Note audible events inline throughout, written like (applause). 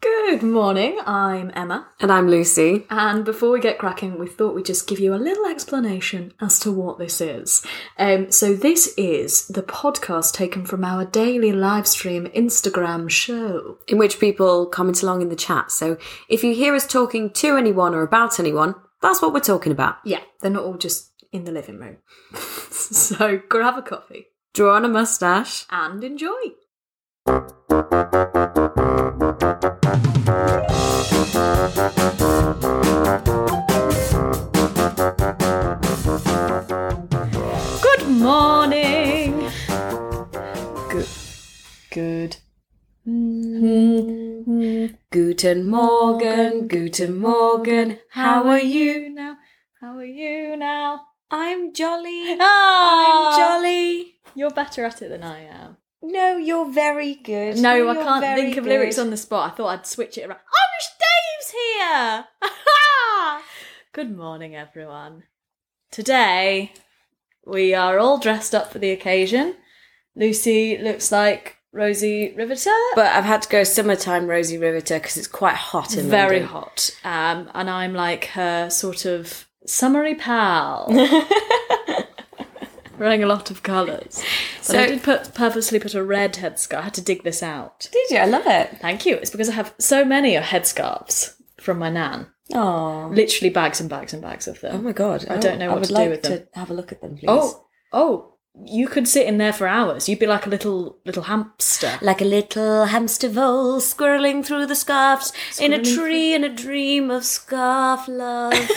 Good morning, I'm Emma. And I'm Lucy. And before we get cracking, we thought we'd just give you a little explanation as to what this is. Um, so, this is the podcast taken from our daily live stream Instagram show. In which people comment along in the chat. So if you hear us talking to anyone or about anyone, that's what we're talking about. Yeah, they're not all just in the living room. (laughs) so, grab a coffee Draw on a mustache. and enjoy. Good morning. Good. Good. Guten Morgen, Guten Morgen. How are you now? How are you now? I'm jolly. I'm Ah, jolly. you're better at it than I am. No, you're very good. No, I you're can't very think of good. lyrics on the spot. I thought I'd switch it around. Irish Dave's here! (laughs) Good morning, everyone. Today, we are all dressed up for the occasion. Lucy looks like Rosie Riveter. But I've had to go summertime Rosie Riveter because it's quite hot in Very London. hot. Um, and I'm like her sort of summery pal, Very hot. wearing a lot of colours. So I So- did put, purposely put a red headscarf. I had to dig this out. Did you? I love it. Thank you. It's because I have so many headscarves from my nan. Oh. literally bags and bags and bags of Oh them. my god. I don't know I what would to do like with them. to have a look at them, please. Oh, oh, you could sit in there for hours. You'd be like a little little hamster. Like a little hamster vole squirreling through the scarfs in a Squirreling tree in a dream of scarf (laughs) love.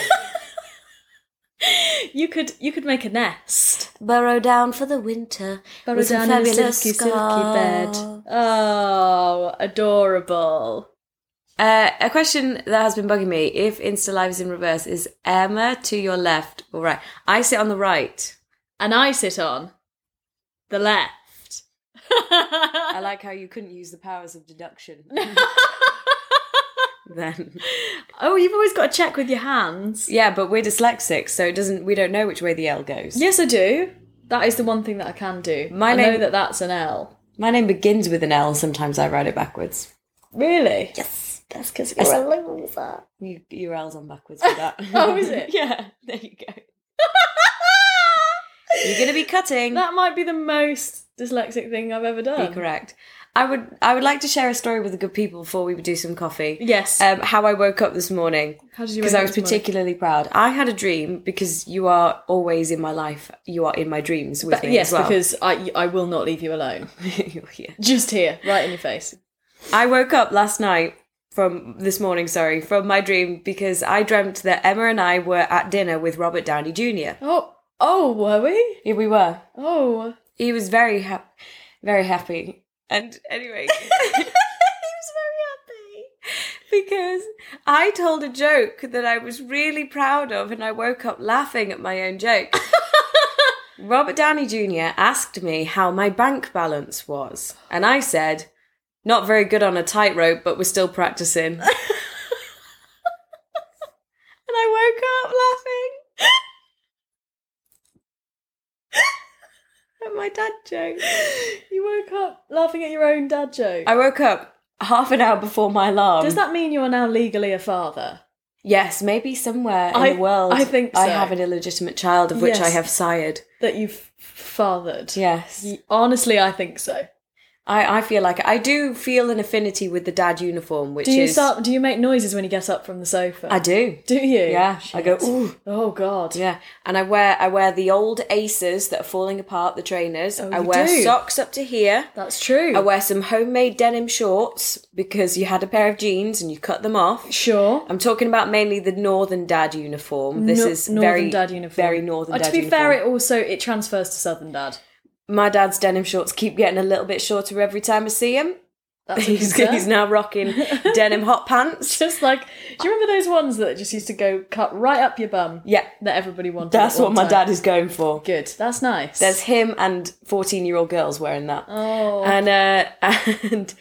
You could you could make a nest. Burrow down for the winter. Burrow with down some in a silky fabulous silky bed. scarf. Oh, adorable. Uh, a question that has been bugging me if Insta Live is in reverse is Emma to your left or right? I sit on the right. And I sit on the left. (laughs) I like how you couldn't use the powers of (laughs) deduction then. oh, you've always got to check with your hands. Yeah, but we're dyslexic, so it doesn't we don't know which way the L goes. Yes, I do. That is the one thing that I can do. My I know name- that that's an L. My name begins with an L and sometimes I write it backwards. Really? Yes. That's because you're a loser. (laughs) You, your L's on backwards for that. (laughs) Oh, is it? yeah, there you go. (laughs) You're gonna be cutting. That might be the most dyslexic thing I've ever Be done. correct. I would. I would like to share a story with the good people before we do some coffee. Yes. Um, how I woke up this morning How did you? because wake I up this was morning? particularly proud. I had a dream because you are always in my life. You are in my dreams with me Yes, as well. because I I will not leave you alone. (laughs) (laughs) Yeah. Just here, right in your face. I woke up last night from this morning. Sorry, from my dream because I dreamt that Emma and I were at dinner with Robert Downey Jr. Oh, oh, were we? Here we were. Oh, (laughs) He was very happy, very happy. And (laughs) anyway, he was very happy because I told a joke that I was really proud of, and I woke up laughing at my own joke. (laughs) Robert Downey Jr. asked me how my bank balance was, and I said, "Not very good on a tightrope, but we're still practicing." (laughs) and I woke up (laughs) laughing. at My dad joke. you woke up laughing at your own dad joke. I woke up half an hour before my alarm. Does that mean you are now legally a father? Yes, maybe somewhere in I- the world. I think I so. have an illegitimate child of which I Yes. have sired. That you've fathered? Yes. Honestly, I think so. I, I feel like I do feel an affinity with the dad uniform, which Do you is start? Do you make noises when you get up from the sofa? I do. do you? Yeah. I go, Shit. ooh. Oh God. Yeah. And I wear I wear the old aces that are falling apart, the trainers. Oh, I you wear do? socks up to here. That's true. I wear some homemade denim shorts because you had a pair of jeans and you cut them off. sure. I'm talking about mainly the northern dad uniform. um, This No- is northern very dad uniform. very northern Oh, dad to be uniform. fair, it also it transfers to southern dad. my dad's denim shorts keep getting a little bit shorter every time I see him. That's a (laughs) He's, concern. he's now rocking denim hot (laughs) pants. just like do you remember those ones that just used to go cut right up your bum? Yeah, That everybody wanted. that's at what one my time? dad is going for. Good. That's nice. There's him and 14 year old girls wearing that. oh And uh, (laughs) and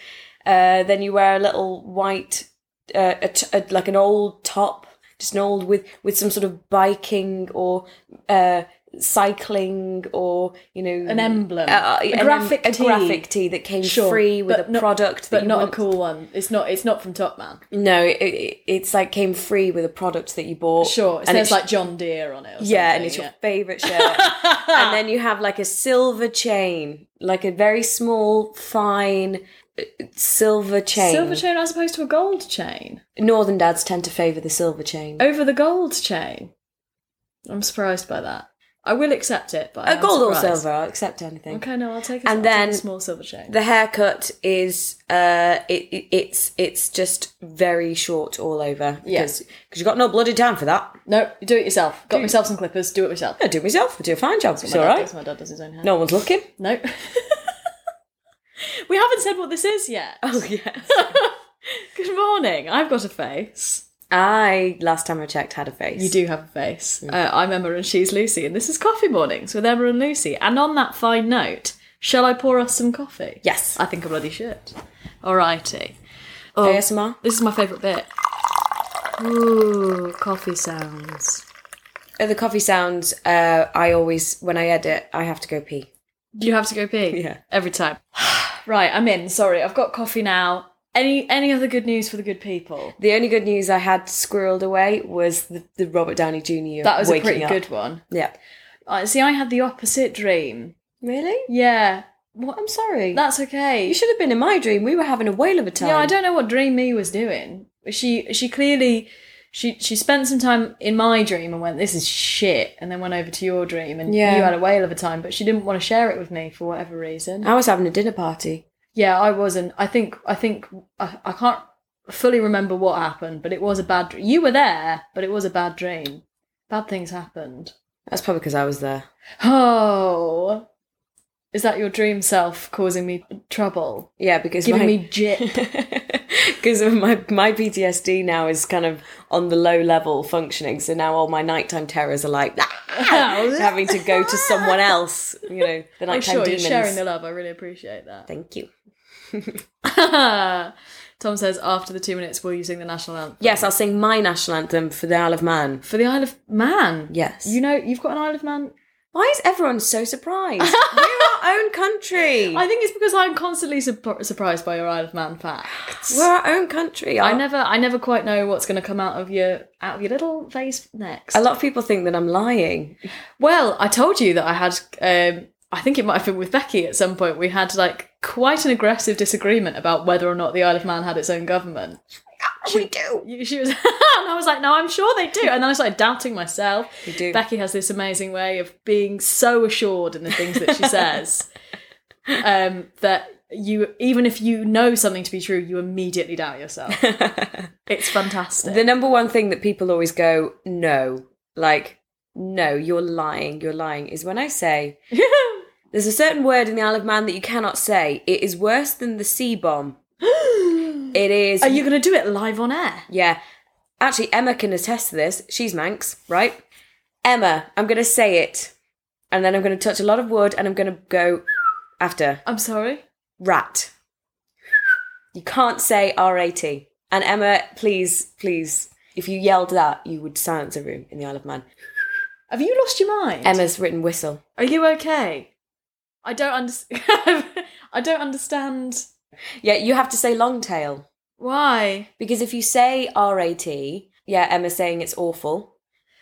uh, then you wear a little white, uh, a t- a- like an old top, just an old with, with some sort of biking or uh, cycling or you know An emblem. uh, A an em- graphic a tee. graphic tee that came Sure, free with but a not- product that but you not want- a cool one. It's not. It's not from Top Man. no it, it- it's like came free with a product that you bought Sure, it and says it's- like John Deere on it. Or yeah and something, it's yeah. your (laughs) favorite shirt and then you have like a silver chain like a very small fine uh, silver chain silver chain as opposed to a gold chain northern dads tend to favor the silver chain over the gold chain. I'm surprised by that. I will accept it, but I a am Uh, gold or surprised. silver i'll accept anything Okay, no, I'll take it. And I'll take then a small silver chain. The haircut is uh it, it- it's it's just very short all over. Yeah. Because you got no bloody time for that. no, do it yourself. Got myself some clippers. Do it myself. I do it myself, I do a fine job. It's My dad alright. does- My dad does his own hair. No one's (laughs) looking. no. we haven't said what this is yet. Oh yes. Good morning. I've got a face. I last time I checked had a face. You do have a face. Uh, I'm Emma and she's Lucy, and this is Coffee Mornings with Emma and Lucy. And on that fine note, shall I pour us some coffee? Yes. I think I bloody should. Alrighty. Oh, ASMR. this is my favourite bit. Ooh, coffee sounds. Uh, The coffee sounds, uh I always when I edit, I have to go pee. You have to go pee. Yeah. Every time. (sighs) right, I'm in. Sorry, I've got coffee now. Any any other good news for the good people? The only good news I had squirreled away was the, the Robert Downey Jr. That was a waking pretty up. good one. Yeah. Uh, see, I had the opposite dream. Really? Yeah. What? I'm sorry. That's okay. you should have been in my dream. We were having a whale of a time. Yeah, I don't know what Dream Me was doing. She she clearly she she spent some time in my dream and went, This is shit and then went over to your dream and Yeah. you had a whale of a time, but she didn't want to share it with me for whatever reason. I was having a dinner party. Yeah, I wasn't I think I think I, I can't fully remember what happened, but it was a bad dr- you were there, but it was a bad dream. Bad things happened. That's probably because I was there. Oh is that your dream self causing me trouble? Yeah, because Giving my, (laughs) me (laughs) jip. because my my PTSD now is kind of on the low level functioning. So now all my nighttime terrors are (laughs) like (laughs) having to go to someone else. You know, the I'm nighttime sure demons. you're sharing the love. I really appreciate that. Thank you. (laughs) Tom says, after the two minutes, we'll you sing the national anthem. Yes, I'll sing my national anthem for the Isle of Man. For the Isle of Man. Yes. You know, you've got an Isle of Man. Why is everyone so (laughs) surprised? We're our own country. I think it's because I'm constantly sup- surprised by your Isle of Man facts. We're our own country. I never, I never quite know what's going to come out of your out of your little face next. A lot of people think that I'm lying. well, I told you that I had. Um, I think it might have been with Becky at some point. We had like quite an aggressive disagreement about whether or not the Isle of Man had its own government. we do. You- She was, (laughs) and I was like, no, I'm sure they do. And then I started doubting myself. We do. Becky has this amazing way of being so assured in the things that she says um, that you, even if you know something to be true, you immediately doubt yourself. It's fantastic. The number one thing that people always go, no, like, no, you're lying, you're lying, is when I say, there's a certain word in the Isle of Man that you cannot say. It is worse than the C bomb. It (gasps) is. Are you going to do it live on air? Yeah. Actually, Emma can attest to this. She's Manx, right? Emma, I'm going to say it. And then I'm going to touch a lot of wood and I'm going to go after I'm sorry. rat. You can't say R A T. And Emma, please, please, if you yelled that, you would silence a room in the Isle of Man. Have you lost your mind? Emma's written whistle. Are you okay? I don't understand. (laughs) I don't understand Yeah, you have to say long tail why. because if you say R A T, yeah, Emma's saying it's awful.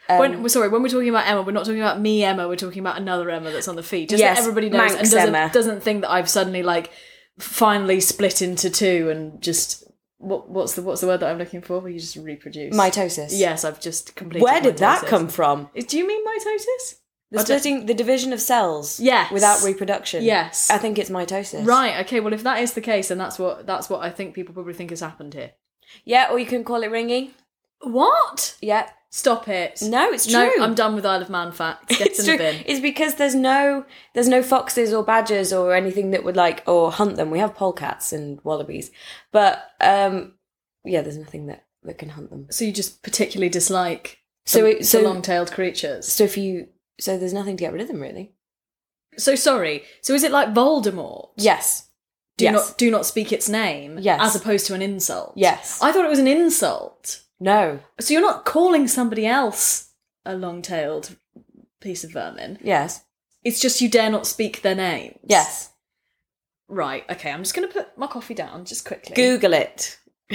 Um, When we're sorry, when we're talking about Emma, we're not talking about me, Emma. We're talking about another Emma that's on the feed. Just Yes, that everybody knows and Manx doesn't, Emma. doesn't think that I've suddenly like finally split into two and just what what's the what's the word that I'm looking for? Where you just reproduce? mitosis. Yes, I've just completed. Where did that mitosis. come from? Oh, Is- Do you mean mitosis? The I don't- splitting, the division of cells. Yes. Without reproduction. Yes. I think it's mitosis. Right. Okay. Well, if that is the case, then that's what that's what I think people probably think has happened here. Yeah, or you can call it ringing. What? Yeah. Stop it. No, it's true. No, I'm done with Isle of Man facts. Get in the true. bin. (laughs) It's because there's no there's no foxes or badgers or anything that would like or hunt them. We have polecats and wallabies, but um, yeah, there's nothing that that can hunt them. So you just particularly dislike So it, so long-tailed creatures. so if you so there's nothing to get rid of them really. So sorry. So is it like Voldemort? Yes. Do yes. not do not speak its name. Yes. As opposed to an insult. Yes. I thought it was an insult. no. So you're not calling somebody else a long-tailed piece of vermin. Yes. It's just you dare not speak their names. Yes. Right. Okay. I'm just going to put my coffee down just quickly. Google it. (laughs)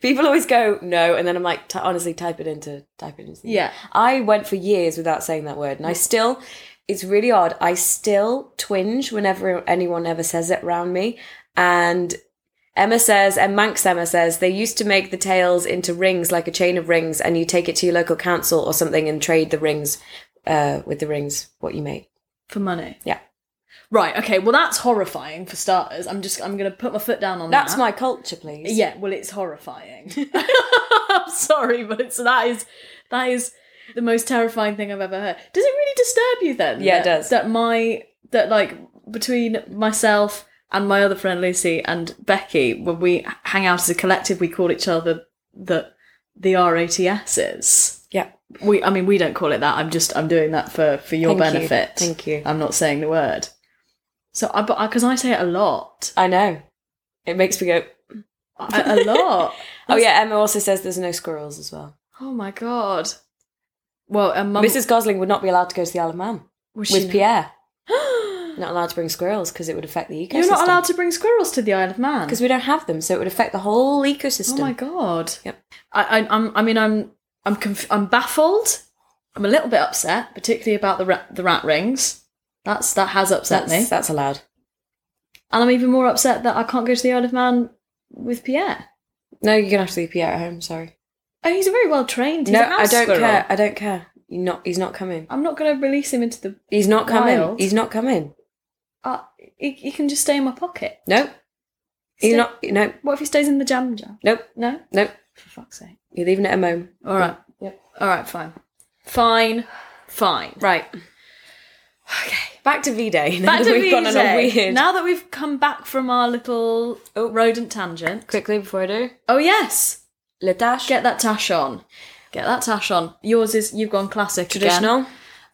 People always go no, and then I'm like, "T- honestly, type it into type it into. the-" Yeah. I went for years without saying that word, and I still. It's really odd. I still twinge whenever anyone ever says it around me, and. Emma says, and Manx Emma says, they used to make the tails into rings like a chain of rings, and you take it to your local council or something and trade the rings uh, with the rings what you make. For money. Yeah. Right. Okay. Well, that's horrifying for starters. I'm just. I'm going to put my foot down on That's that. my culture, please. Uh-huh. Yeah. Well, it's (laughs) horrifying. I'm (laughs) sorry, but it's that is that is the most terrifying thing I've ever heard. Does it really disturb you then? Yeah, it that- does. That my that like between myself and my other friend Lucy and Becky, when we hang out as a collective, we call each other the the RATSs. Yeah. We. I mean, we don't call it that. I'm just. I'm doing that for for your Thank you. benefit. Thank you. I'm not saying the word. So, I but because I say it a lot, I know. It makes me go, a, a lot. Oh yeah, Emma also says there's no squirrels as well. Oh my god. Well, and mum Mrs. Gosling would not be allowed to go to the Isle of Man was with she- (gasps) Pierre. Not allowed to bring squirrels because it would affect the ecosystem. You're not allowed to bring squirrels to the Isle of Man. because we don't have them, so it would affect the whole ecosystem. Oh my god. Yep. I, I, I'm. I mean, I'm. I'm. Conf- I'm baffled. I'm a little bit upset, particularly about the rat, the rat rings. That's that has upset that's, me, that's allowed. and I'm even more upset that I can't go to the Isle of Man with Pierre. No, you're gonna have to leave Pierre at home. Sorry. Oh, he's a very well trained. no, I I don't squirrel. care. I don't care. You're not. He's not coming. I'm not going to release him into the. He's not coming. Wild. He's not coming. Uh, he, he can just stay in my pocket. No. Stay- You're not. No. What if he stays in the jam jam? Nope. No, Nope. for fuck's sake. You're leaving it at home. All right. Yep. All right. Fine. Fine. Fine. Right. Okay. Back to (laughs) V Day. Back to we've gone on a Vijay. weird. Now that we've come back from our little Oh. rodent tangent. Quickly before I do, Oh yes, Le Dash. get that tash on. Get that tash on. Yours is you've gone classic again. traditional.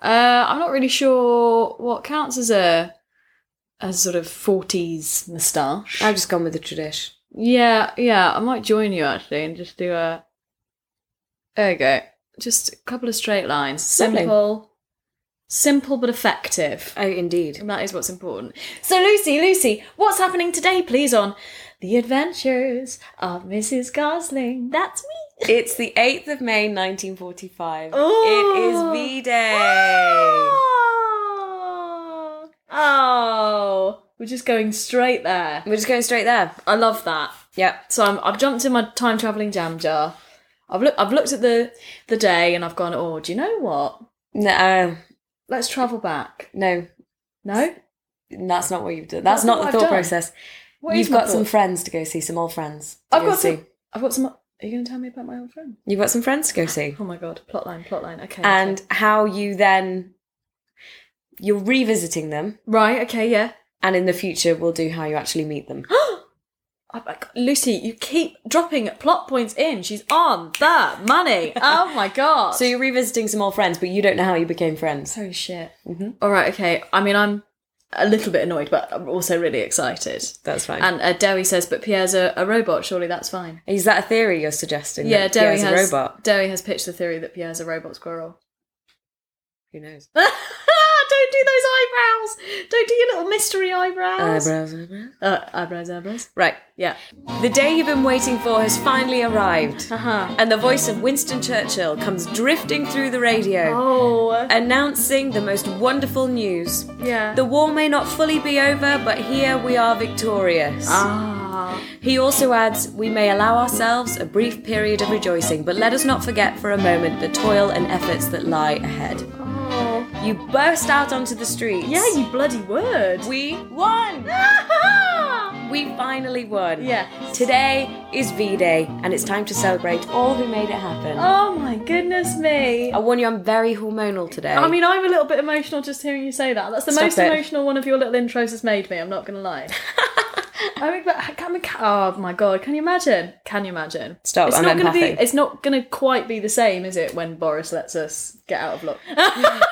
Uh, I'm not really sure what counts as a as sort of 40s moustache. I've just gone with the tradition. Yeah, yeah. I might join you actually and just do a. There you go. Just a couple of straight lines. Lovely. Simple, simple but effective. Oh, indeed. And that is what's important. So, Lucy, Lucy, what's happening today, please, on The Adventures of Mrs. Gosling? That's me. It's the 8th of May, 1945. Oh. It is V-Day. Oh. oh, we're just going straight there. We're just going straight there. I love that. Yep. So I'm, I've jumped in my time traveling jam jar. I've looked. I've looked at the the day, and I've gone. Oh, do you know what? No, uh, Let's travel back. no, No, that's not what you've done. That's, That's not not the what I've done. thought process. What is you've my got some thought? friends to go see, some old friends. to I've go got see. some. I've got some. Are you going to tell me about my old friend? You've got some friends to go see. Oh my god! Plotline, plotline. Okay. okay. And how you then, you're revisiting them, right. Okay. Yeah. and in the future we'll do how you actually (gasps) meet them. Oh my God, Lucy, you keep dropping plot points in. She's on the money. Oh (laughs) my god. So you're revisiting some old friends, but you don't know how you became friends. Holy shit. Mm-hmm. All right. Okay. I mean, I'm a little bit annoyed, but I'm also really excited. That's fine. And uh, Derry says, "But Pierre's a, a robot. Surely that's fine." Is that a theory you're suggesting? Yeah, that Pierre's Derry has. a robot. Derry has pitched the theory that Pierre's a robot squirrel. (laughs) Who knows? Don't do those eyebrows. Don't do your little mystery eyebrows. Eyebrows, eyebrows. Uh, eyebrows, eyebrows. Right. Yeah. The day you've been waiting for has (laughs) finally arrived, Haha. and the voice of Winston Churchill comes drifting through the radio, Oh. announcing the most wonderful news. yeah. The war may not fully be over, but here we are victorious. ah. He also adds, We may allow ourselves a brief period of rejoicing, but let us not forget for a moment the toil and efforts that lie ahead. Oh. You burst out onto the streets. Yeah, you bloody word. We won! (laughs) We finally won. Yeah. Today is V Day, and it's time to celebrate all who made it happen. (laughs) oh my goodness me. I warn you, I'm very hormonal today. I mean, I'm a little bit emotional just hearing you say that. That's the Stop most it. emotional one of your little intros has made me. I'm not going to lie. I mean, but can we, ca- oh my god, can you imagine? Can you imagine? (laughs) Stop, It's I'm not gonna be. empathic. It's not going to quite be the same, is it? When Boris lets us get out of luck, (laughs)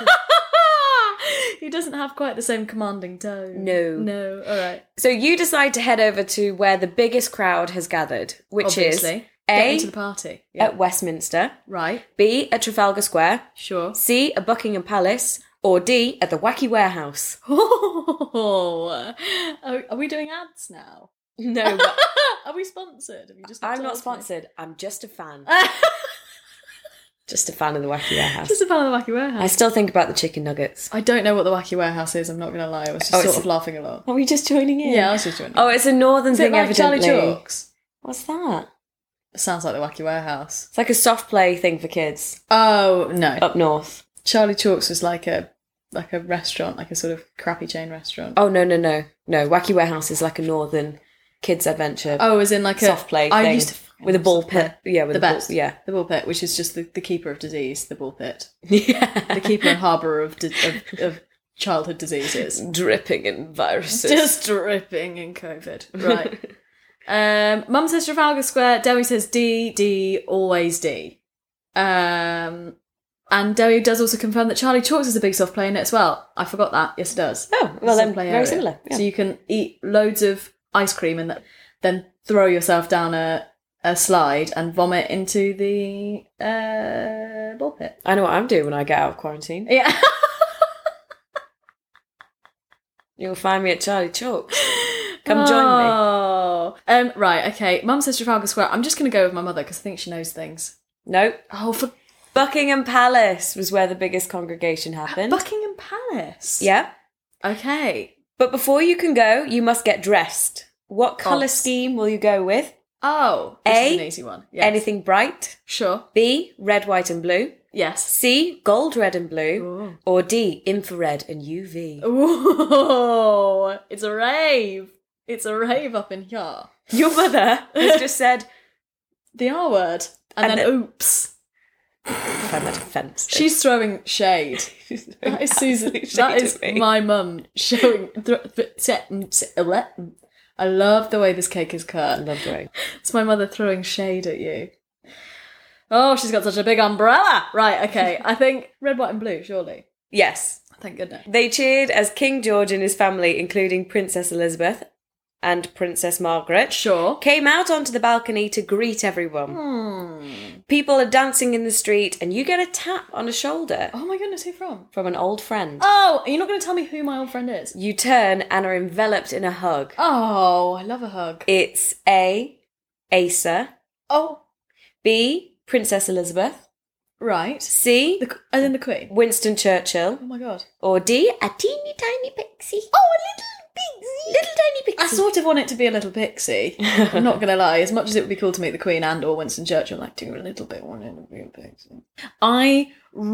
he doesn't have quite the same commanding tone. No. no. All right. so you decide to head over to where the biggest crowd has gathered, which Obviously. is Get A, into the party. Yeah. at Westminster, right. B, at Trafalgar Square, Sure. C, at Buckingham Palace, or D, at the Wacky Warehouse. Oh, are, are we doing ads now? (laughs) No, but Are we sponsored? Have you just I'm not told me? sponsored. I'm just a fan. (laughs) Just Just a fan of the Wacky Warehouse. a fan of the Wacky I Warehouse. still think about the chicken nuggets. I, don't know what the Wacky Warehouse is. I'm not going to lie. I was just Oh, sort it's- of laughing a lot. Are we just joining in? Yeah, I was just doing. Oh, it's a northern is it thing, like evidently. Charlie Chalks? What's that? Sounds like the Wacky Warehouse. It's like a soft play thing for kids Oh no, up north. Charlie Chalks was like a like a restaurant, like a sort of crappy chain restaurant. Oh no no no no! Wacky Warehouse is like a northern kids adventure Oh, as in like a soft play I thing used to fucking with a love ball soft play. pit. Yeah, with The a ball- best. (laughs) yeah, The ball pit, which is just the, the keeper of disease, the ball (laughs) pit, yeah. the keeper and harbour of, di- of of childhood diseases, dripping in viruses. just dripping in (laughs) COVID. Right. Um, Mum says Trafalgar Square. Dewi says D, D, always D. Um, and Dewi does also confirm that Charlie Chalks is a big soft play in it as well. I forgot that. Yes, it does. oh well, then Soft play very area. similar. Yeah. So you can eat loads of ice cream and th- then throw yourself down a, a slide and vomit into the uh, ball pit. I know what I'm doing when I get out of quarantine. Yeah. You'll find me at Charlie (gasps) Chalk. Come join me. Oh. Um, right, okay. Mum says Trafalgar Square. I'm just going to go with my mother because I think she knows things. No, Oh, for Buckingham Palace was where the biggest congregation happened. Buckingham Palace. yeah, Okay. but before you can go, you must get dressed. What color Obs. scheme will you go with? Oh, this A, is an easy one. Yes. Anything bright? Sure. B, red, white, and blue. Yes. C, gold, red, and blue. Ooh. Or D, infrared and UV. Ooh. It's a rave. It's a rave up in here. Your (laughs) mother has just said, The R word. And, And then oops. I found that offensive. She's throwing (laughs) shade. That is Susan. Absolute That shade is at me. my mum showing. Th- th- set- set- let- I love the way this cake is I cut. love her. It's my mother throwing shade at you. Oh, she's got such a big umbrella. Right, okay. I think red, white, and blue, surely. Yes. Thank goodness. They cheered as King George and his family, including Princess Elizabeth and Princess Margaret, Sure. came out onto the balcony to greet everyone. Hmm. People are dancing in the street, and you get a tap on the shoulder Oh my goodness, who from? from an old friend. Oh, you're not going to tell me who my old friend is? You turn and are enveloped in a hug. Oh, I love a hug. It's A, Asa. Oh, B, Princess Elizabeth. right. C, The, qu- and then the Queen. Winston Churchill. Oh my god. Or D, a teeny tiny pixie. Oh, a little pixie. Little tiny I pixie. sort of want it to be a little pixie. I'm not going to lie. As much as it would be cool to meet the Queen and or Winston Churchill, like do a little bit want it to be a pixie. I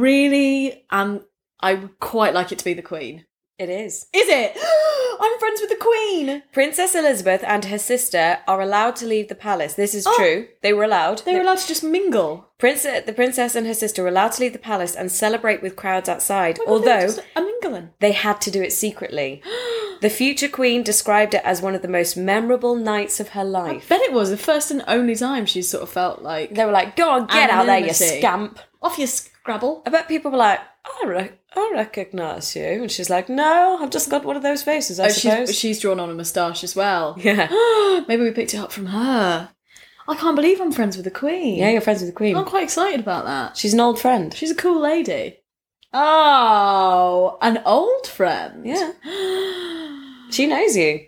really am. I would quite like it to be the Queen. It is. Is it? (gasps) I'm friends with the Queen. Princess Elizabeth and her sister are allowed to leave the palace. This is Oh. true. They were allowed. They were allowed to just mingle. Prince, the princess and her sister were allowed to leave the palace and celebrate with crowds outside, Why were they although just a mingling. they had to do it (gasps) secretly. the future queen described it as one of the most memorable nights of her I life. bet it was the first and only time she sort of felt like They were like, go on, get out there, you Anonymity. scamp. off your Scrabble. I bet people were like, I, rec- I recognise you. And she's like, no, I've just got one of those faces, I Oh, suppose. she's, she's drawn on a moustache as well. (gasps) (laughs) yeah. Maybe we picked it up from her. I can't believe I'm friends with the Queen. Yeah, you're friends with the I'm Queen. quite excited about that. She's an old friend. She's a cool lady. Oh, an old friend. (gasps) Yeah. Why She knows you.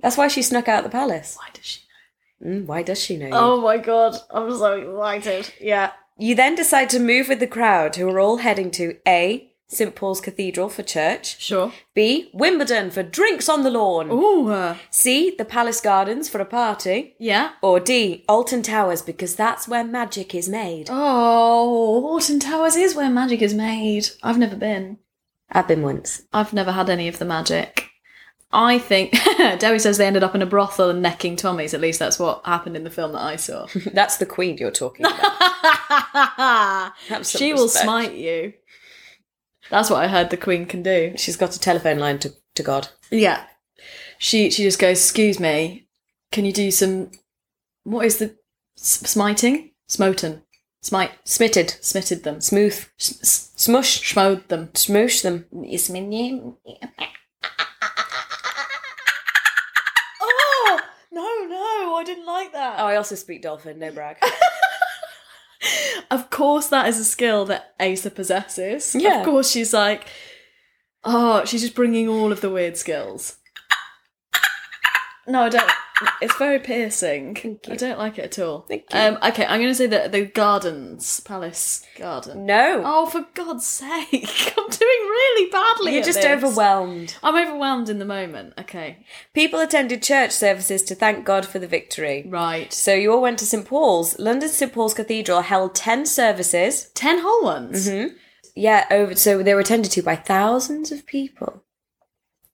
That's why she snuck out the palace. does she Mm, why does she know you? Oh my god, I'm so excited. Yeah. You then decide to move with the crowd, who are all heading to A. St Paul's Cathedral for church, Sure. B. Wimbledon for drinks on the lawn, Ooh. uh, C. The Palace Gardens for a party, yeah. or D. Alton Towers because that's where magic is made. Oh, Wharton Towers is where magic is made. I've never been. I've been once. I've never had any of the magic. I think (laughs) Debbie says they ended up in a brothel and necking Tommies. At least that's what happened in the film that I saw. (laughs) that's the Queen you're talking (laughs) about. Have some she will respect. smite you. That's what I heard the Queen can do. She's got a telephone line to, to God. Yeah. She she just goes, "Excuse me, can you do some? What is the s- smiting? Smoten, smite, Smitted. smitted them, Smooth. S- s- Smush. smowed them." Smoosh them. Is my (laughs) name? oh no, no! no, I didn't like that. Oh, I also speak dolphin, no (laughs) brag. of course that is a skill that Asa possesses. Yeah. Of course she's like, oh, she's just bringing all of the weird skills. No, I don't. It's very piercing. Thank I you. don't like it at all. Thank you. Um, okay, I'm going to say that the gardens, palace garden. no. Oh, for God's sake! (laughs) I'm doing really badly. You're at just this. overwhelmed. I'm overwhelmed in the moment. Okay, People attended church services to thank God for the victory. right. So you all went to St Paul's. London St Paul's Cathedral held 10 services. Ten whole ones. Yeah, over so they were attended to by thousands of people.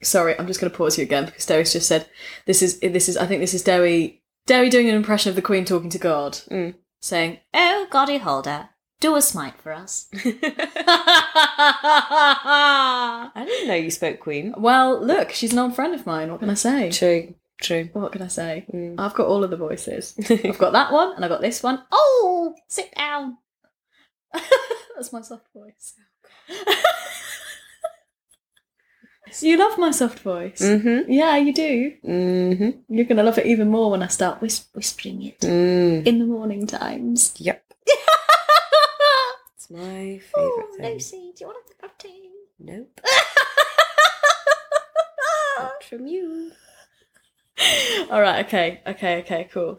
Sorry, I'm just going to pause you again because Derry's just said this is this is I think this is Derry Derry doing an impression of the Queen talking to God, Mm. saying, "Oh, Goddy Holder, do a smite for (laughs) us." I didn't know you spoke Queen. well, look, she's an old friend of mine. What can I say? True, true. What can I say? Mm. I've got all of the voices. (laughs) I've got that one, and I've got this one. Oh, sit down. (laughs) That's my soft voice. Oh, you love my soft voice. Mm-hmm. Yeah, you do. Mm-hmm. You're gonna love it even more when I start whis- whispering it Mm. in the morning times. (laughs) Yep. It's my favourite oh, thing. Lucy, do you want a cup of tea? Nope. Not from you. All right. Okay. Okay. Okay. Cool.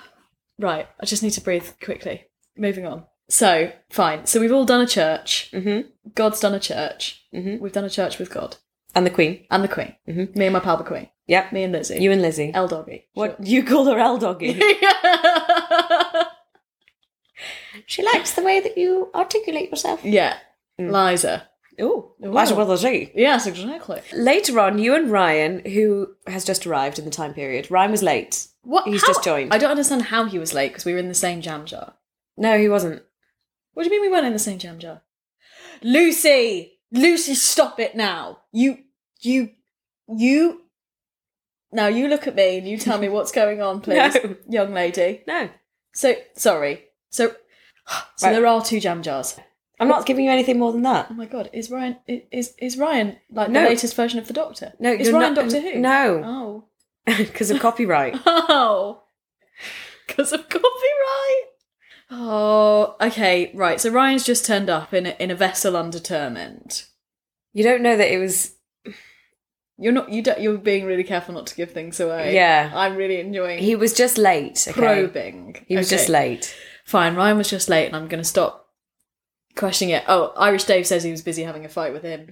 Right. I just need to breathe quickly. Moving on. So fine. So we've all done a church. Mm-hmm. God's done a church. Mhm. We've done a church with God And the Queen. and the Queen. Mhm. Me and my pal the Queen. Yep. Me and Lizzie. You and Lizzie. El Doggy. What you call her L doggy? Sure. (laughs) she likes the way that you articulate (laughs) yourself. yeah. Mm. Liza. Oh, that's Ooh. what she. Yes. Exactly. Later on, you and Ryan, who has just arrived in the time period, Ryan was late. What? He's how- just joined. I don't understand how he was late because we were in the same jam jar. No, he wasn't. What do you mean we weren't in the same jam jar? Lucy, Lucy, stop it now. You, you, you. Now you look at me and you (laughs) tell me what's going on, please, No. young lady. No, So sorry. So, (gasps) so Right. there are two jam jars. I'm not giving you anything more than that. Oh my god, is Ryan i- is is Ryan like No. the latest version of the Doctor? No, is you're Ryan not- Doctor Who? No, Oh. (laughs) because of copyright. Oh, (laughs) because of copyright. Oh, okay, right. So Ryan's just turned up in a, in a vessel undetermined. You don't know that it was. You're not. You don't, you're being really careful not to give things away. Yeah, I'm really enjoying he was just late. Okay, probing. he was Okay. just late. Fine. Ryan was just late, and I'm going to stop questioning it. Oh, Irish Dave says he was busy having a fight with him.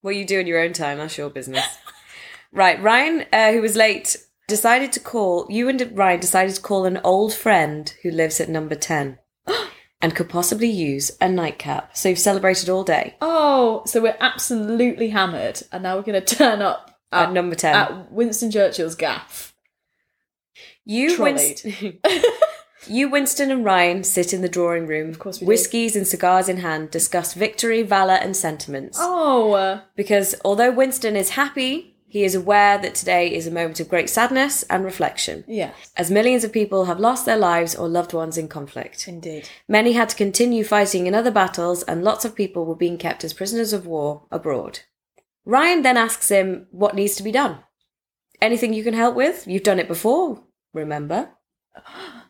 What you do in your own time, that's your business. (laughs) right, Ryan, uh, who was late, decided to call. You and Ryan decided to call an old friend who lives at (gasps) number 10 and could possibly use a nightcap. So you've celebrated all day Oh, so we're absolutely hammered, and now we're going to turn up at at, number 10. Uh, at Winston Churchill's gaff. you, Winston, you, Winston, and Ryan sit in the drawing room. Of course we do. Whiskies and cigars in hand, discuss victory, valor, and sentiments. Oh. uh, Because although Winston is happy, he is aware that today is a moment of great sadness and reflection. Yeah, as millions of people have lost their lives or loved ones in conflict. indeed. Many had to continue fighting in other battles, and lots of people were being kept as prisoners of war abroad. Ryan then asks him what needs to be done. Anything you can help with? You've done it before, remember?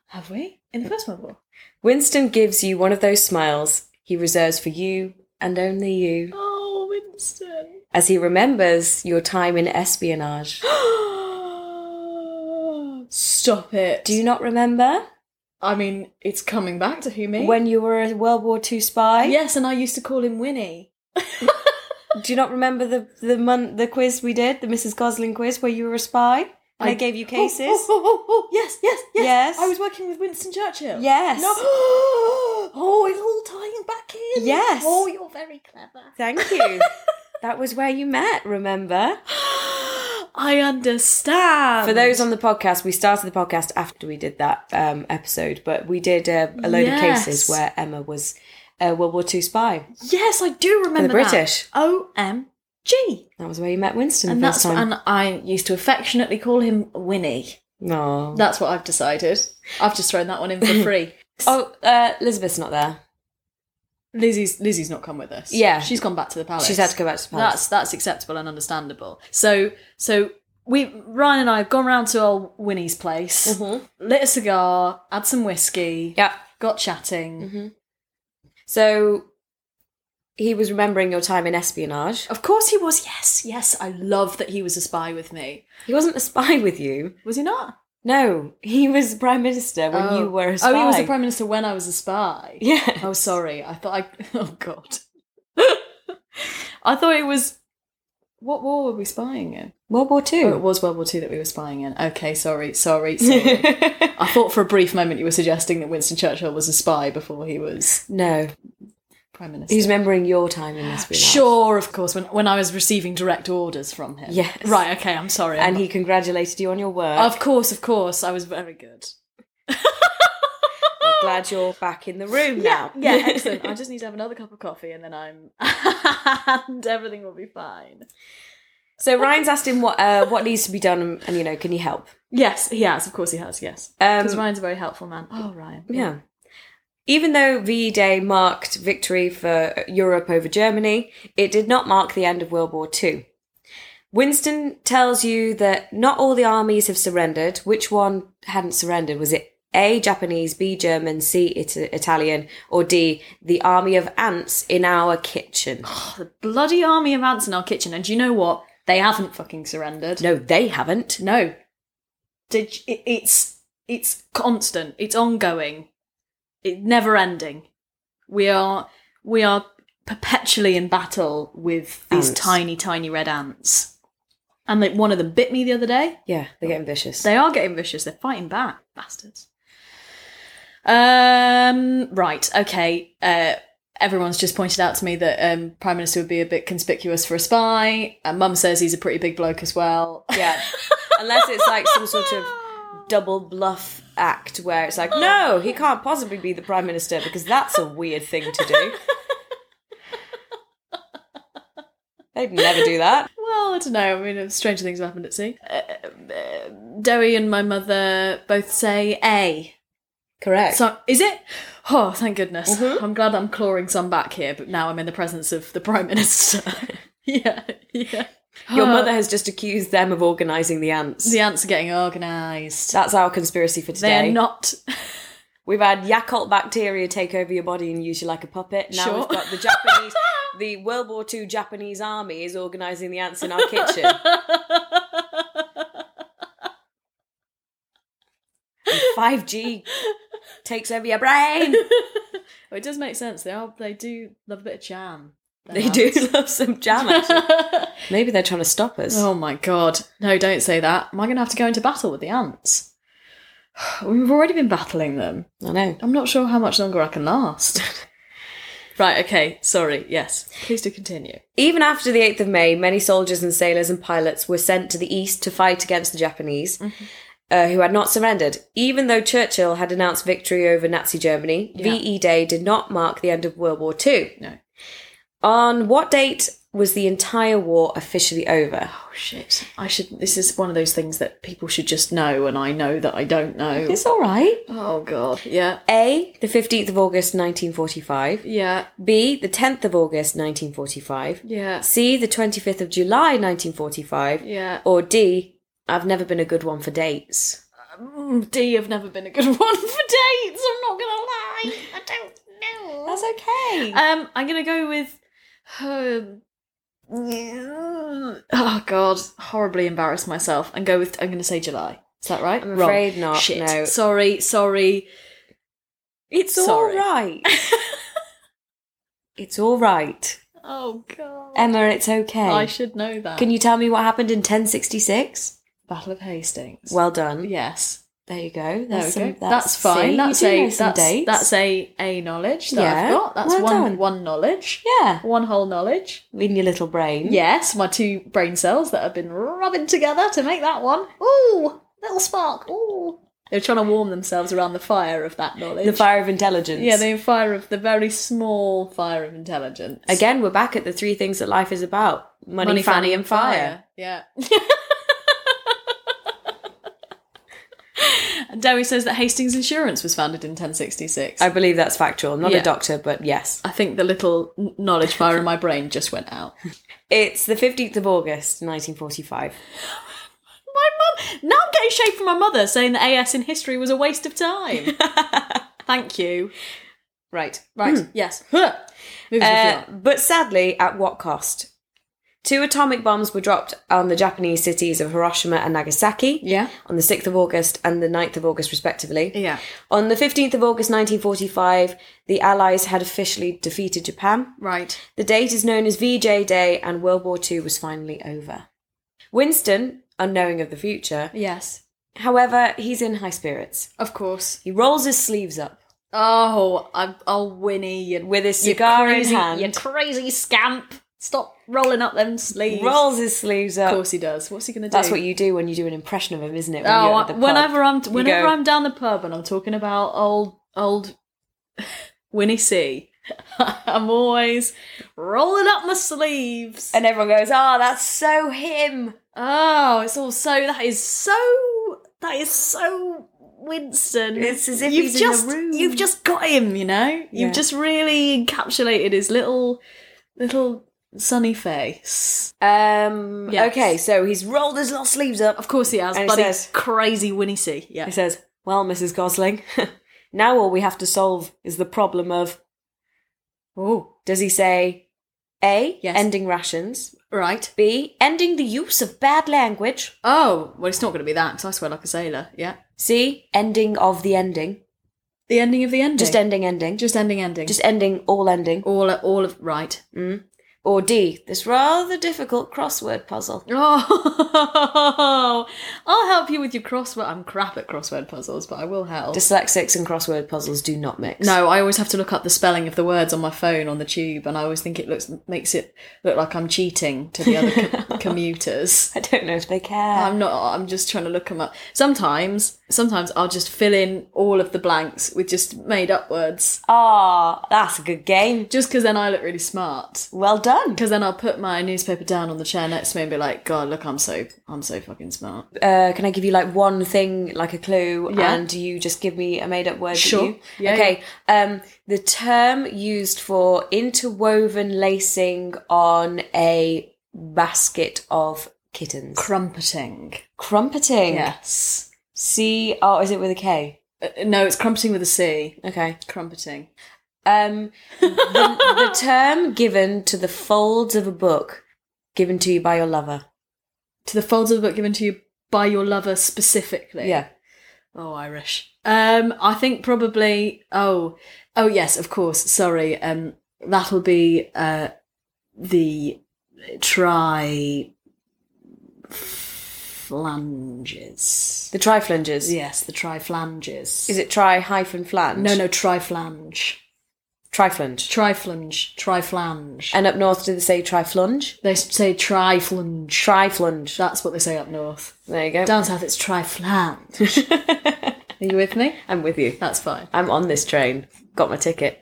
Have we? In the First World War. Winston gives you one of those smiles he reserves for you and only you Oh, Winston. as he remembers your time in espionage. (gasps) Stop it. Do you not remember I mean, it's coming back to who me? when you were a World War II spy? Yes, and I used to call him Winnie. Do you not remember the the mon- the quiz we did, the Mrs. Gosling quiz, where you were a spy and I, I- (laughs) gave you Oh, cases? Oh, oh, oh, oh, yes, yes, yes. Yes. I was working with Winston Churchill. Yes. No. (gasps) Oh, it's all tying back in. Yes. Oh, you're very clever. Thank you. that was where you met. Remember? (laughs) I understand. For those on the podcast, we started the podcast after we did that um, episode, but we did uh, a load of Yes. cases where Emma was a World War II spy. Yes, I do remember the British. O M G. That was where you met Winston And the first that's time. and I used to affectionately call him Winnie. No. That's what I've decided. I've just thrown that one in (laughs) for free. Oh, uh, Elizabeth's not there. Lizzie's Lizzie's not come with us. Yeah. she's gone back to the palace. She's had to go back to the palace. That's that's acceptable and understandable. So so we Ryan and I have gone round to old Winnie's place, Mm-hmm. lit a cigar, had some whiskey, Yeah. got chatting. Mm-hmm. So he was remembering your time in espionage. Of course he was. Yes, yes. I love that he was a spy with me. He wasn't a spy (laughs) with you. Was he not? No, he was the prime minister when Oh. you were a spy. Oh, he was the prime minister when I was a spy. (laughs) Yeah. Oh, sorry. I thought I. (laughs) Oh God. I thought it was. What war were we spying in? World War Two. Oh, it was World War Two that we were spying in. Okay, sorry, sorry, sorry. I thought for a brief moment you were suggesting that Winston Churchill was a spy before he was no, prime he minister. was remembering your time in espionage. sure, of course. When when I was receiving direct orders from him. Yes. Right. Okay. I'm sorry. And I'm- he congratulated you on your work. Of course, of course. I was very good. I'm (laughs) glad you're back in the room now. (laughs) Yeah, (laughs) excellent. I just need to have another cup of coffee and then I'm (laughs) and everything will be fine. so Ryan's asked him what uh, what needs to be done, and, and you know, can you help? Yes, he has. Of course he has, yes. Um, Because Ryan's a very helpful man. Oh, Ryan. Yeah. Even though VE Day marked victory for Europe over Germany, it did not mark the end of World War II. Winston tells you that not all the armies have surrendered. Which one hadn't surrendered? Was it A, Japanese, B, German, C, It- Italian, or D, the army of ants in our kitchen? Oh, the bloody army of ants in our kitchen. And do you know what? They haven't fucking surrendered. No, they haven't. No. Did y- it, it's it's constant. It's ongoing. It never ending. We are we are perpetually in battle with these Ants. tiny tiny red ants. And like one of them bit me the other day. Yeah, they're getting vicious. They are getting vicious. They're fighting back, bastards. Um. Right. Okay. Uh. Everyone's just pointed out to me that um, Prime Minister would be a bit conspicuous for a spy. And Mum says he's a pretty big bloke as well. yeah. Unless it's like some sort of double bluff act where it's like, no, he can't possibly be the prime minister because that's a weird thing to do. They'd never do that. Well, I don't know. I mean, stranger things have happened at sea. Uh, uh, Derry and my mother both say A. Correct. So is it? Oh, thank goodness. Mhm. I'm glad I'm clawing some back here, but now I'm in the presence of the Prime Minister. (laughs) yeah, yeah. Oh, Your uh, mother has just accused them of organising the ants. The ants are getting organised. That's our conspiracy for They're today. not. we've had Yakult bacteria take over your body and use you like a puppet. Now Sure. we've got the Japanese, the World War II Japanese army is organising the ants in our (laughs) kitchen. And 5G takes over your brain. Well, it does make sense. They are. They do love a bit of jam. Their They do ants. (laughs) love some jam, actually. (laughs) Maybe they're trying to stop us. oh my god! No, don't say that. Am I going to have to go into battle with the ants? (sighs) We've already been battling them. I know. I'm not sure how much longer I can last. (laughs) right. Okay. Sorry. Yes. Please do continue. Even after the 8th of May, many soldiers and sailors and pilots were sent to the east to fight against the Japanese, uh, who had not surrendered. Even though Churchill had announced victory over Nazi Germany, Yeah. VE Day did not mark the end of World War II. No. On what date was the entire war officially over? Oh shit! I should. This is one of those things that people should just know, and I know that I don't (laughs) know. It's all right. oh god. Yeah. A, the 15th of August 1945. Yeah. B, the 10th of August 1945. Yeah. C, the 25th of July 1945. Yeah. Or D, I've never been a good one for dates. Mm, D have never been a good (laughs) one for dates. I'm not gonna lie. I don't know. That's okay. Um, I'm gonna go with her. Oh God, horribly embarrassed myself and go with. I'm gonna say July. Is that right? I'm Wrong. afraid not. Shit. No. Sorry. Sorry. It's Sorry. all right. (laughs) it's all right. Oh God. Emma, it's okay. I should know that. Can you tell me what happened in 1066? Battle of Hastings. Well done. yes. There you go. There we some- go. That's fine. see, you that's do a know some that's, dates. that's a a knowledge that I've Yeah. got. That's Well one done. one knowledge. yeah. One whole knowledge. In your little brain. Yes, my two brain cells that have been rubbing together to make that one. Ooh, little spark. Ooh. They're trying to warm themselves around the fire of that knowledge. The fire of intelligence. Yeah, the fire of the very small fire of intelligence. Again, we're back at the three things that life is about: money, fanny, and fire. Yeah. (laughs) and Derry says that Hastings Insurance was founded in 1066. I I, believe that's factual. I'm not Yeah. a doctor, but yes. think the little n- knowledge fire in my brain just went out. It's the 15th of August, 1945. mum. Now I'm getting shade from my mother saying that AS in history was a waste of (laughs) time. Thank you. right. Right, yes. Hmm. Huh. Moves Uh, with you. but sadly, at what cost? Two atomic bombs were dropped on the Japanese cities of Hiroshima and Nagasaki Yeah. on the 6th of August and the 9th of August, respectively. Yeah. On the 15th of August 1945, the Allies had officially defeated Japan. Right. The date is known as VJ Day, and World War II was finally over. Winston, unknowing of the future, Yes. however, he's in high spirits. Of course. He rolls his sleeves up Oh, I, I'll Winnie you. with his you cigar crazy, in hand. You crazy scamp. Stop rolling up them sleeves. rolls his sleeves Of up. course he does. What's he going to do? That's what you do when you do an impression of him, isn't it? When Oh, you're I- at the pub. whenever I'm whenever go- I'm down the pub and I'm talking about old old (laughs) Winnie C, (laughs) I'm always rolling up my sleeves. and everyone goes, "Oh, that's so him." oh, it's all so that is so that is so Winston. It's as if you've he's in the just room. you've just got him. You know, Yeah. you've just really encapsulated his little little sunny face. Um. Yes. Okay, so he's rolled his little sleeves up. Of course he has, And he bloody says- crazy Winnie C. Yeah. He says, "Well, Mrs. Gosling, (laughs) now all we have to solve is the problem of." Oh, Does he say, A, Yes. ending rations, right. B, ending the use of bad language, Oh, well, it's not going to be that because I swear like a sailor. Yeah. C, ending of the ending, The ending of the ending. just ending ending, just, Just ending. Ending. ending all ending, all. All of right. or D, this rather difficult crossword puzzle. Oh, (laughs) I'll help you with your crossword. I'm crap at crossword puzzles, but I will help. Dyslexics and crossword puzzles do not mix. no, I always have to look up the spelling of the words on my phone on the tube, and I always think it looks makes it look like I'm cheating to the other (laughs) co- commuters. (laughs) I don't know if they care. I'm not. I'm just trying to look them up. Sometimes, sometimes I'll just fill in all of the blanks with just made up words, Ah, that's a good game. just because then I look really smart. Well done. Because then I'll put my newspaper down on the chair next to me and be like, "God, look, I'm so, I'm so fucking smart." Uh, can I give you like one thing, like a clue, Yeah. and you just give me a made up word? that Sure. you- Yeah, okay. Um, the term used for interwoven lacing on a basket of kittens. Crumpeting. Crumpeting. Yes. C. Oh, is it with a K? Uh, no, it's crumpeting with a C. Okay. Crumpeting. (laughs) Um, the, the term given to the folds of a book given to you by your lover. To the folds of the book given to you by your lover specifically. Yeah. Oh, Irish. Um, I think probably. Oh, oh yes, of course. Sorry. Um, that'll be uh, the tri flanges. The triflanges. Yes, the tri flanges. Is it tri hyphen flange? No, no, triflange. Triflange. Triflange. Triflange. And up north, do they say triflunge? they say triflange. Triflunge. That's what they say up north. There you go. Down south, it's triflange. (laughs) Are you with me? I'm with you. That's fine. I'm on this train. Got my ticket.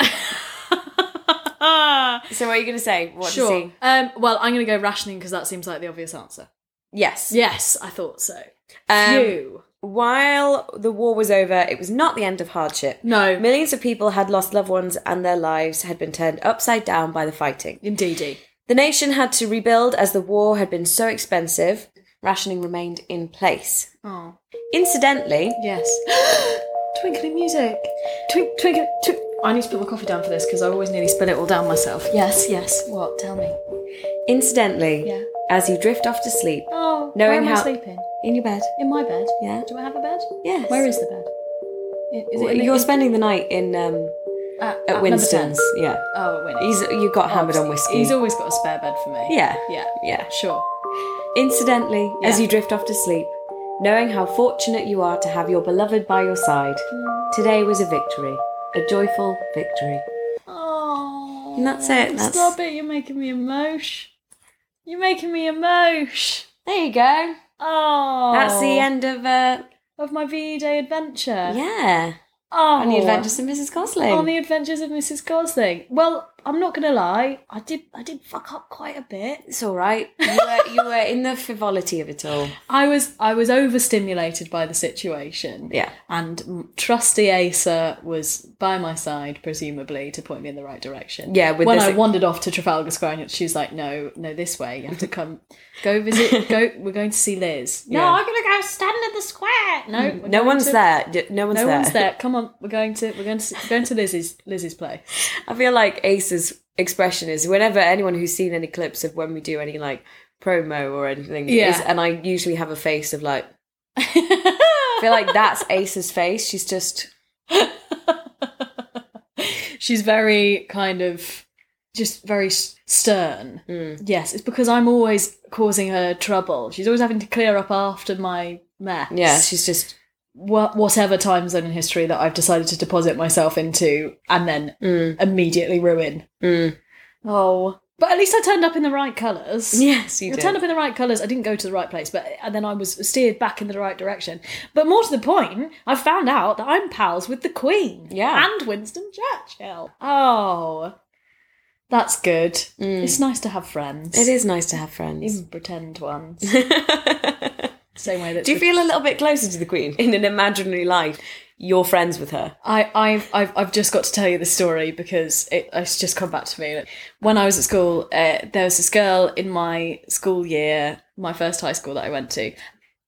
So, what are you going to say? What does sure. he- Um, well, I'm going to go rationing because that seems like the obvious answer. Yes. Yes, I thought so. Um, Phew. While the war was over, it was not the end of hardship. No. Millions of people had lost loved ones and their lives had been turned upside down by the fighting. Indeedy. The nation had to rebuild as the war had been so expensive. Rationing remained in place. Oh. Incidentally, Yes. (gasps) twinkling music. Twink, twinkling. Tw- I need to put my coffee down for this because I always nearly spill it all down myself. Yes, yes. What? Tell me. incidentally, Yeah. as you drift off to sleep Oh, Knowing where am how- I sleeping? in your bed, In my bed? yeah, Do I have a bed? yes. Where is the bed? I- Is in the- You're in- spending the night in um, at, at at number 10? Winston's. Yeah, Oh, at Winnie's. he's you got hammered on whiskey. He's always got a spare bed for me. yeah, Yeah. yeah. Sure. Incidentally, as Yeah. you drift off to sleep, knowing how fortunate you are to have your beloved by your side, Hmm. today was a victory, a joyful victory. Oh. And that's it, that's- Stop it. You're making me emosh. You're making me emosh. There you go. Oh. That's the end of uh, Of my VE Day adventure. yeah, Oh. on the adventures of Mrs. Gosling. On the adventures of Mrs. Gosling. Well, I'm not gonna lie, I did I did fuck up quite a bit. It's all right. You were, you were in the frivolity of it all. I was I was overstimulated by the situation. Yeah. And trusty Asa was by my side, presumably, to point me in the right direction. Yeah, with when this- I wandered off to Trafalgar Square, and she was like, "No, no, this way. You have to come. Go (laughs) visit. go. We're going to see Liz. No, Yeah. I'm gonna go stand in the square. No, we're No going one's to- there. D- No one's No there. one's there. Come on, we're going to we're going to we're going to Liz's Liz's (laughs) place. I feel like Ace's expression is whenever anyone who's seen any clips of when we do any like promo or anything, Yeah. is, and I usually have a face of like, I feel like (laughs) that's Ace's face. She's just She's very kind of just very s- stern. mm, Yes, it's because I'm always causing her trouble. She's always having to clear up after my mess. yeah, she's just Wha- whatever time zone in history that I've decided to deposit myself into and then mm, immediately ruin. mm. Oh. But at least I turned up in the right colours. yes, you I did. turned up in the right colours. I didn't go to the right place, but and then I was steered back in the right direction. But more to the point, I found out that I'm pals with the Queen. Yeah. And Winston Churchill. Oh. That's good. Mm. It's nice to have friends. It is nice to have friends. Even pretend (laughs) ones. Do Same way that you feel a little bit closer to the Queen in an imaginary life? You're friends with her. I, I've, I've, I've just got to tell you the story because it, it's just come back to me. When I was at school, uh, there was this girl in my school year, my first high school that I went to,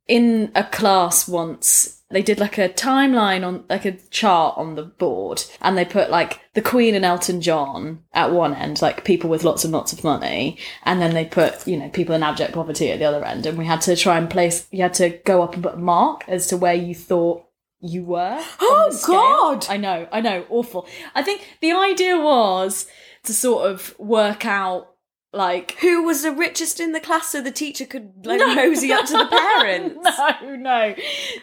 in a class once. They did like a timeline on like a chart on the board, and they put like the Queen and Elton John at one end, like people with lots and lots of money, and then they put you know people in abject poverty at the other end, and we had to try and place. You had to go up and put a mark as to where you thought you were. Oh, on the scale. God! I know, I know, awful. I think the idea was to sort of work out like Who was the richest in the class so the teacher could like mosey up to (laughs) the parents? (laughs) no, no.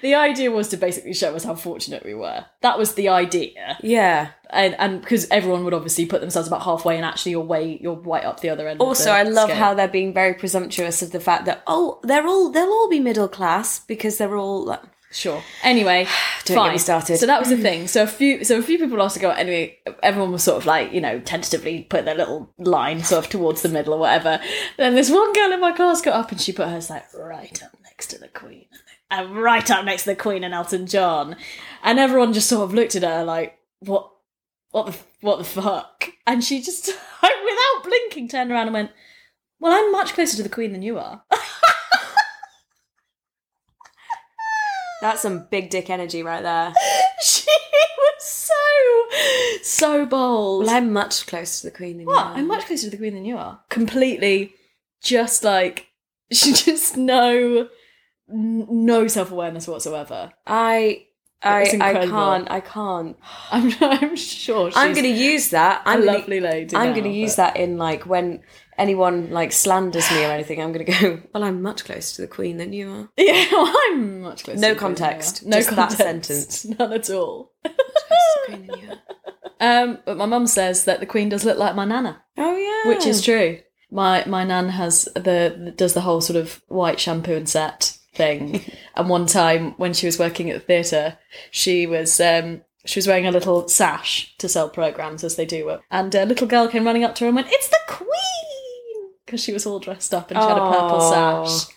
The idea was to basically show us how fortunate we were. That was the idea, Yeah. and and because everyone would obviously put themselves about halfway, and actually you're way you're way up the other end. of the Also, I love scale. how they're being very presumptuous of the fact that oh, they're all they'll all be middle class because they're all like, sure. Anyway, (sighs) Don't get fine. me started. So that was the thing. So a few, so a few people asked to go. out Anyway, everyone was sort of like you know tentatively put their little line sort of towards the middle or whatever. Then this one girl in my class got up and she put hers like right up next to the queen, and right up next to the queen and Elton John, and everyone just sort of looked at her like what. What the what the fuck? And she just, (laughs) without blinking, turned around and went, "Well, I'm much closer to the Queen than you are." that's some big dick energy right there. (laughs) she was so so bold. Well, I'm much closer to the queen than What? you. are. I'm much closer to the queen than you are. Completely, just like (laughs) she just no, n- no self awareness whatsoever. I I It's I incredible. can't I can't. I'm (laughs) I'm sure she's I'm gonna use that. a I'm gonna, lovely lady. I'm gonna use that in like when anyone like slanders me or anything. I'm gonna go. Well, I'm much closer to the queen than you (laughs) are. that. Yeah, well, I'm much closer. No to the queen than you context, are. No just that context. sentence. (laughs) None at all. Closer to the queen than you are. Um, but my mum says that the queen does look like my nana. Oh yeah, which is true. My my nan has the does the whole sort of white shampoo and set thing. (laughs) and one time when she was working at the theatre, she was um, she was wearing a little sash to sell programs as they do. And a little girl came running up to her and went, "It's the Queen," because she was all dressed up and she had a purple Aw. sash.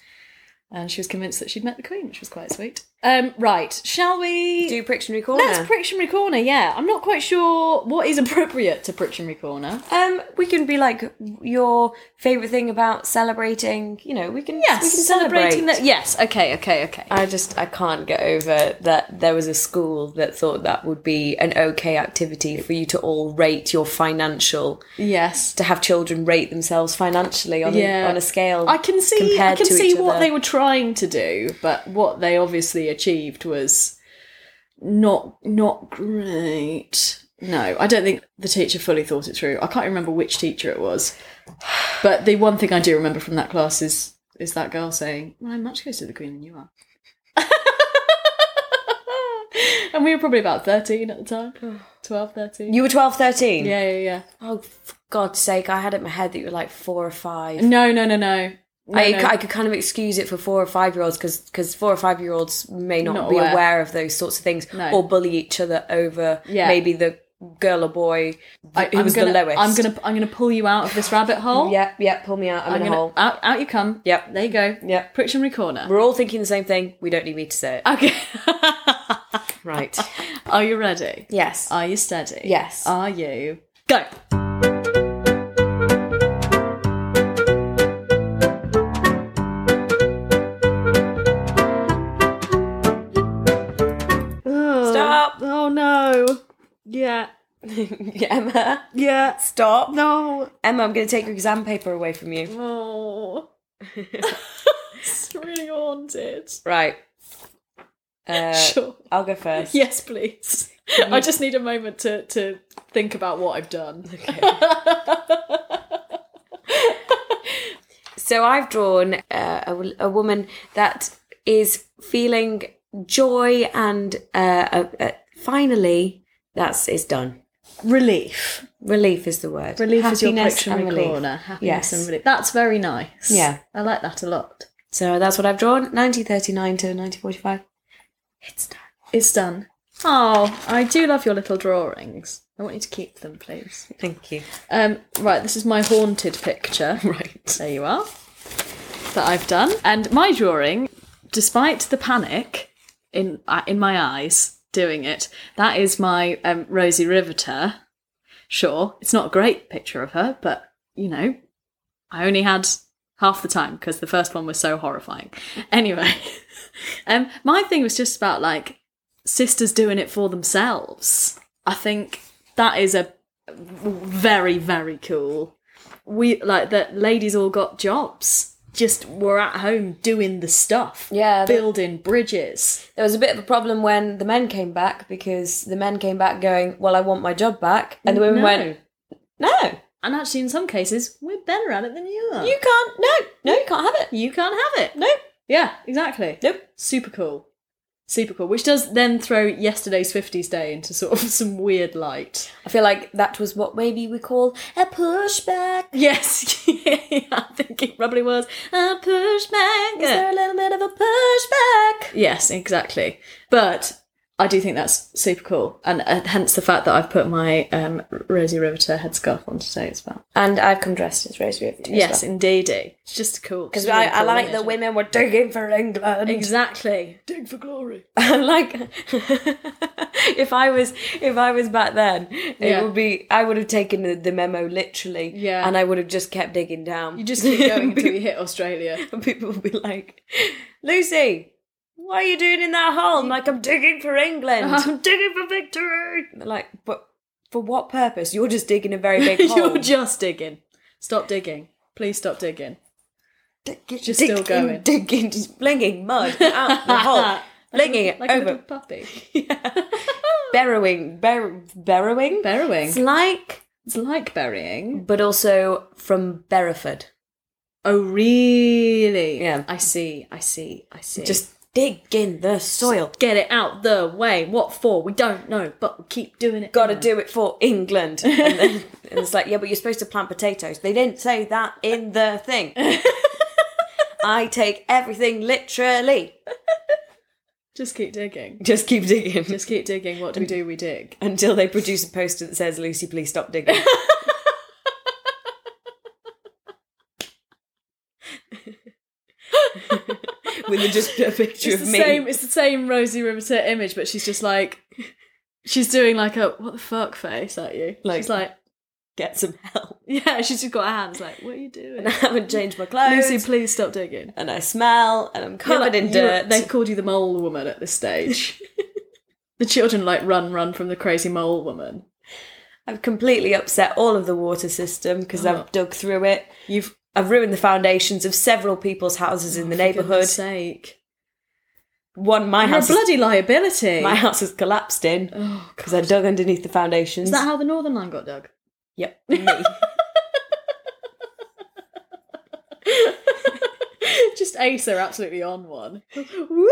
And she was convinced that she'd met the Queen, which was quite sweet. Um, right, shall we? do Prictionary Corner. Let's Prictionary Corner, yeah. I'm not quite sure what is appropriate to Prictionary Corner. Um, we can be like your favorite thing about celebrating. You know, we can. Yes, we can celebrating celebrate. that. Yes, okay, okay, okay. I just I can't get over that there was a school that thought that would be an okay activity for you to all rate your financial yes, to have children rate themselves financially on Yeah. a, on a scale. I can see. I compared can to see each what other. they were trying to do, but what they obviously achieved was not not great. No, I don't think the teacher fully thought it through. I can't remember which teacher it was, but the one thing I do remember from that class is is that girl saying, "Well, I'm much closer to the queen than you are." (laughs) and we were probably about 13 at the Oh. time 12 13 you were 12, 13? yeah yeah yeah Oh, for God's sake! I had it in my head that you were like four or five. No, no, no, no. No, I, no. I could kind of excuse it for four or five year olds because four or five year olds may not, Not be aware. aware. of those sorts of things No. or bully each other over Yeah. maybe the girl or boy I- who I'm was gonna- the lowest. I'm gonna I'm gonna pull you out of this rabbit hole. Yep, yep, pull me out. I'm, I'm, in a gonna hole. out out you come. Yep. There you go. Yep. Pritchamry corner. We're all thinking the same thing. We don't need me (laughs) to say it. Okay. Right. Are you ready? yes. Are you steady? Yes. Are you? Go. Stop. Oh no. Yeah. yeah, (laughs) Emma. Yeah. Stop. No. Emma, I'm going to take your exam paper away from you. (laughs) Oh. it's really haunted. Right. Uh, sure. I'll go first. Yes, please. I just need a moment to, to think about what I've done. Okay. So I've drawn uh, a, w- a woman that is feeling joy and uh, uh, uh, finally that's it's done. Relief. Relief is the word. Relief is your Happiness picture and in the relief. corner. Happiness Yes. and relief. That's very nice. Yeah. I like that a lot. So that's what I've drawn. 1939 to 1945. It's done. It's done. Oh, I do love your little drawings. I want you to keep them, please. Thank you. Um, right, this is my haunted (laughs) picture. Right. There you are. That I've done. And my drawing, despite the panic in uh, in my eyes doing it, that is my um, Rosie Riveter. Sure, it's not a great picture of her, but you know, I only had half the time because the first one was so horrifying. (laughs) Anyway, um, my thing was just about like sisters doing it for themselves. I think that is a very very cool we like that ladies all got jobs just were at home doing the stuff Yeah, there- building bridges there was a bit of a problem when the men came back because the men came back going, "Well, I want my job back," and the women No. went, "No, and actually in some cases we're better at it than you are you can't. No, no, you can't have it. you can't have it No, yeah exactly nope." super cool super cool which does then throw yesterday's 50s day into sort of (laughs) some weird light I feel like that was what maybe we call a pushback. yes (laughs) i think it probably was a pushback (laughs) Is there a little bit of a pushback? Yes, exactly. But I do think that's super cool, and uh, hence the fact that I've put my um, Rosie Riveter headscarf on today as well. And I've come dressed as Rose Riveter. yes, indeed, it's just cool. Because It's I, really I cool, like isn't the it? women were digging for England. (laughs) Exactly. Dig for glory. I'm like, (laughs) if I was if I was back then, Yeah. it would be I would have taken the, the memo literally, Yeah. and I would have just kept digging down. You just keep (laughs) going until you hit Australia. and people would be like, Lucy, what are you Uh-huh. doing in that hole? I'm like, I'm digging for England. I'm digging for victory. They're like, but for what purpose? (laughs) You're just digging a very big hole. You're just digging. Stop digging. Please stop digging. just still going. digging, just flinging mud (laughs) out the hole, flinging it like a little over, puppy. burrowing, bur- burrowing. Burying. It's like, It's like burying. but also from Bereford. Oh, really? Yeah. I see. I see. I see. Just dig in the soil. get it out the way. What for? We don't know, but we keep doing it. Got to do it for England. And, then, and it's like, yeah, but you're supposed to plant potatoes. They didn't say that in the (laughs) thing. I take everything literally. Just keep digging. Just keep digging Just keep digging. What do we do? We dig. until they produce a poster that says, Lucy, please (laughs) stop digging. With just a picture It's of the me. same. It's the same Rosie Riveter image, but she's just like, she's doing like a what the fuck face at you. Like- she's like, Get some (laughs) help. yeah, she's just got her hands like, what are you doing? I haven't changed my clothes. Lucy, please stop digging. and I smell and I'm You're covered like- in you're- dirt. They've called you the mole woman at this (laughs) stage. the children like run, run from the crazy mole woman. I've completely upset all of the water system because Oh. I've dug through it. You've I've ruined the foundations of several people's houses in the Oh, for neighbourhood. goodness sake. One, my You're a house, is- bloody liability. my house has collapsed in Oh, because I dug underneath the foundations. Is that how the Northern Line got dug? (laughs) yep, me. Just Ace are absolutely on one. (laughs) Wow!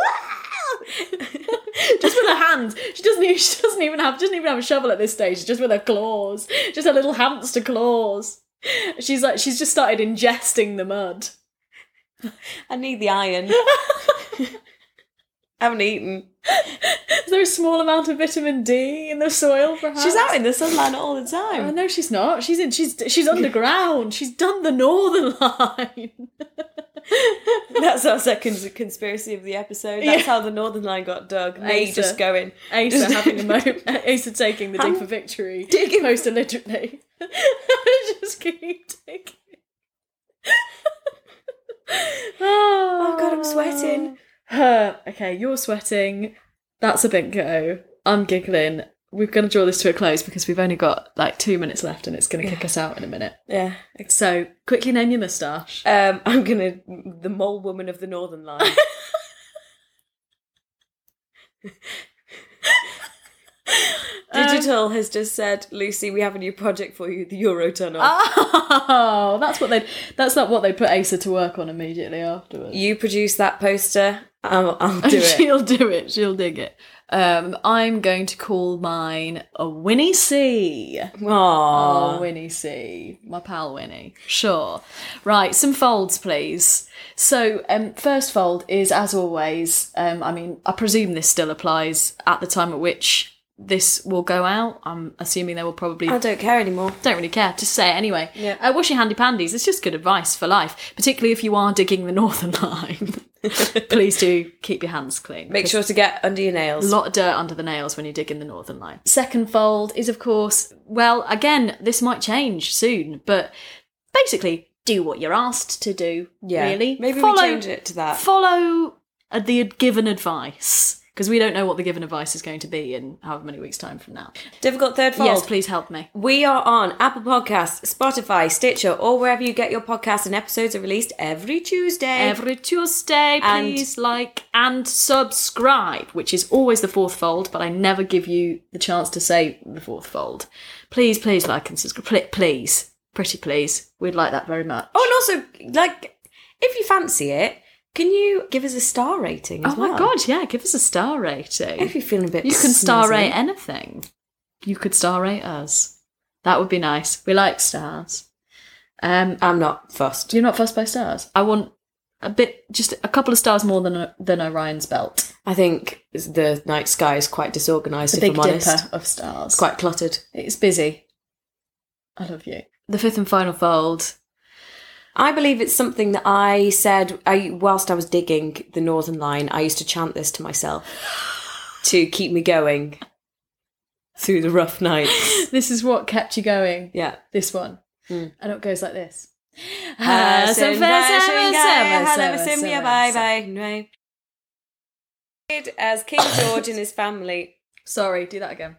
just with her hands. She doesn't. Even, she doesn't even have. Doesn't even have a shovel at this stage. Just with her claws. Just her little hamster claws. She's like. She's just started ingesting the mud. I need the iron. haven't eaten. Is there a small amount of vitamin D in the soil? Perhaps She's out in the sunlight all the Oh, (laughs) time. no, she's not. She's in. She's (laughs) she's underground. she's done the northern (laughs) line. That's our second conspiracy of the episode. That's Yeah. how the Northern Line got dug. Me Asa. just going. Asa having a moment. Asa taking the dig I'm for victory. digging. most illiterately. (laughs) Just keep digging. (laughs) oh God, I'm sweating. Her. Okay, you're sweating. That's a bingo. I'm giggling. We're going to draw this to a close because we've only got like two minutes left, and it's going to kick us out in a minute. Yeah. So quickly name your moustache. Um, I'm gonna the mole woman of the Northern Line. Digital has just said, Lucy, we have a new project for you, the Eurotunnel. Oh, that's what they. That's not what they put Asa to work on immediately afterwards. you produce that poster. I'll, I'll do (laughs) it. She'll do it. She'll dig it. Um, I'm going to call mine a Winnie C. Oh, Aww. Winnie C. My pal Winnie. Sure. Right, some folds, please. So, um, first fold is, as always, um, I mean, I presume this still applies at the time at which this will go out. I'm assuming there will probably I don't care anymore. don't really care. Just say it anyway. Yeah. Uh, wash your handy pandies. It's just good advice for life, particularly if you are digging the (laughs) Northern (laughs) Line. Please do keep your hands clean. Make sure to get under your A nails. lot of dirt under the nails when you're digging the Northern Line. Second fold is, of course, well, again, this might change soon, but basically, do what you're asked to do. yeah. Really. Maybe follow, we change it to that. Follow uh, the given advice because we don't know what the given advice is going to be in however many weeks' time from now. Difficult third fold. Yes, please help me. We are on Apple Podcasts, Spotify, Stitcher, or wherever you get your podcasts, and episodes are released every Tuesday. every Tuesday. And- Please like and subscribe, which is always the fourth fold, but I never give you the chance to say the fourth fold. Please, please like and subscribe. Please, pretty please. We'd like that very much. oh, and also, like, if you fancy it, can you give us a star rating as Oh my well? god, yeah, give us a star rating. If you're feeling a bit You can star snazzy. rate anything. You could star rate us. That would be nice. We like stars. Um, I'm not fussed. you're not fussed by stars. I want a bit, just a couple of stars more than than Orion's belt. I think the night sky is quite disorganised, The Big if I'm honest. Dipper of stars. It's quite cluttered. It's busy. I love you. The fifth and final fold. I believe it's something that I said I, whilst I was digging the Northern Line. I used to chant this to myself to keep me going through the rough nights. (laughs) This is what kept you going. Yeah. This one. And it goes like this. Hassan Bashir Guy, Halem Simia, bye Sorry, bye. Anyway. As King George and his family do that again.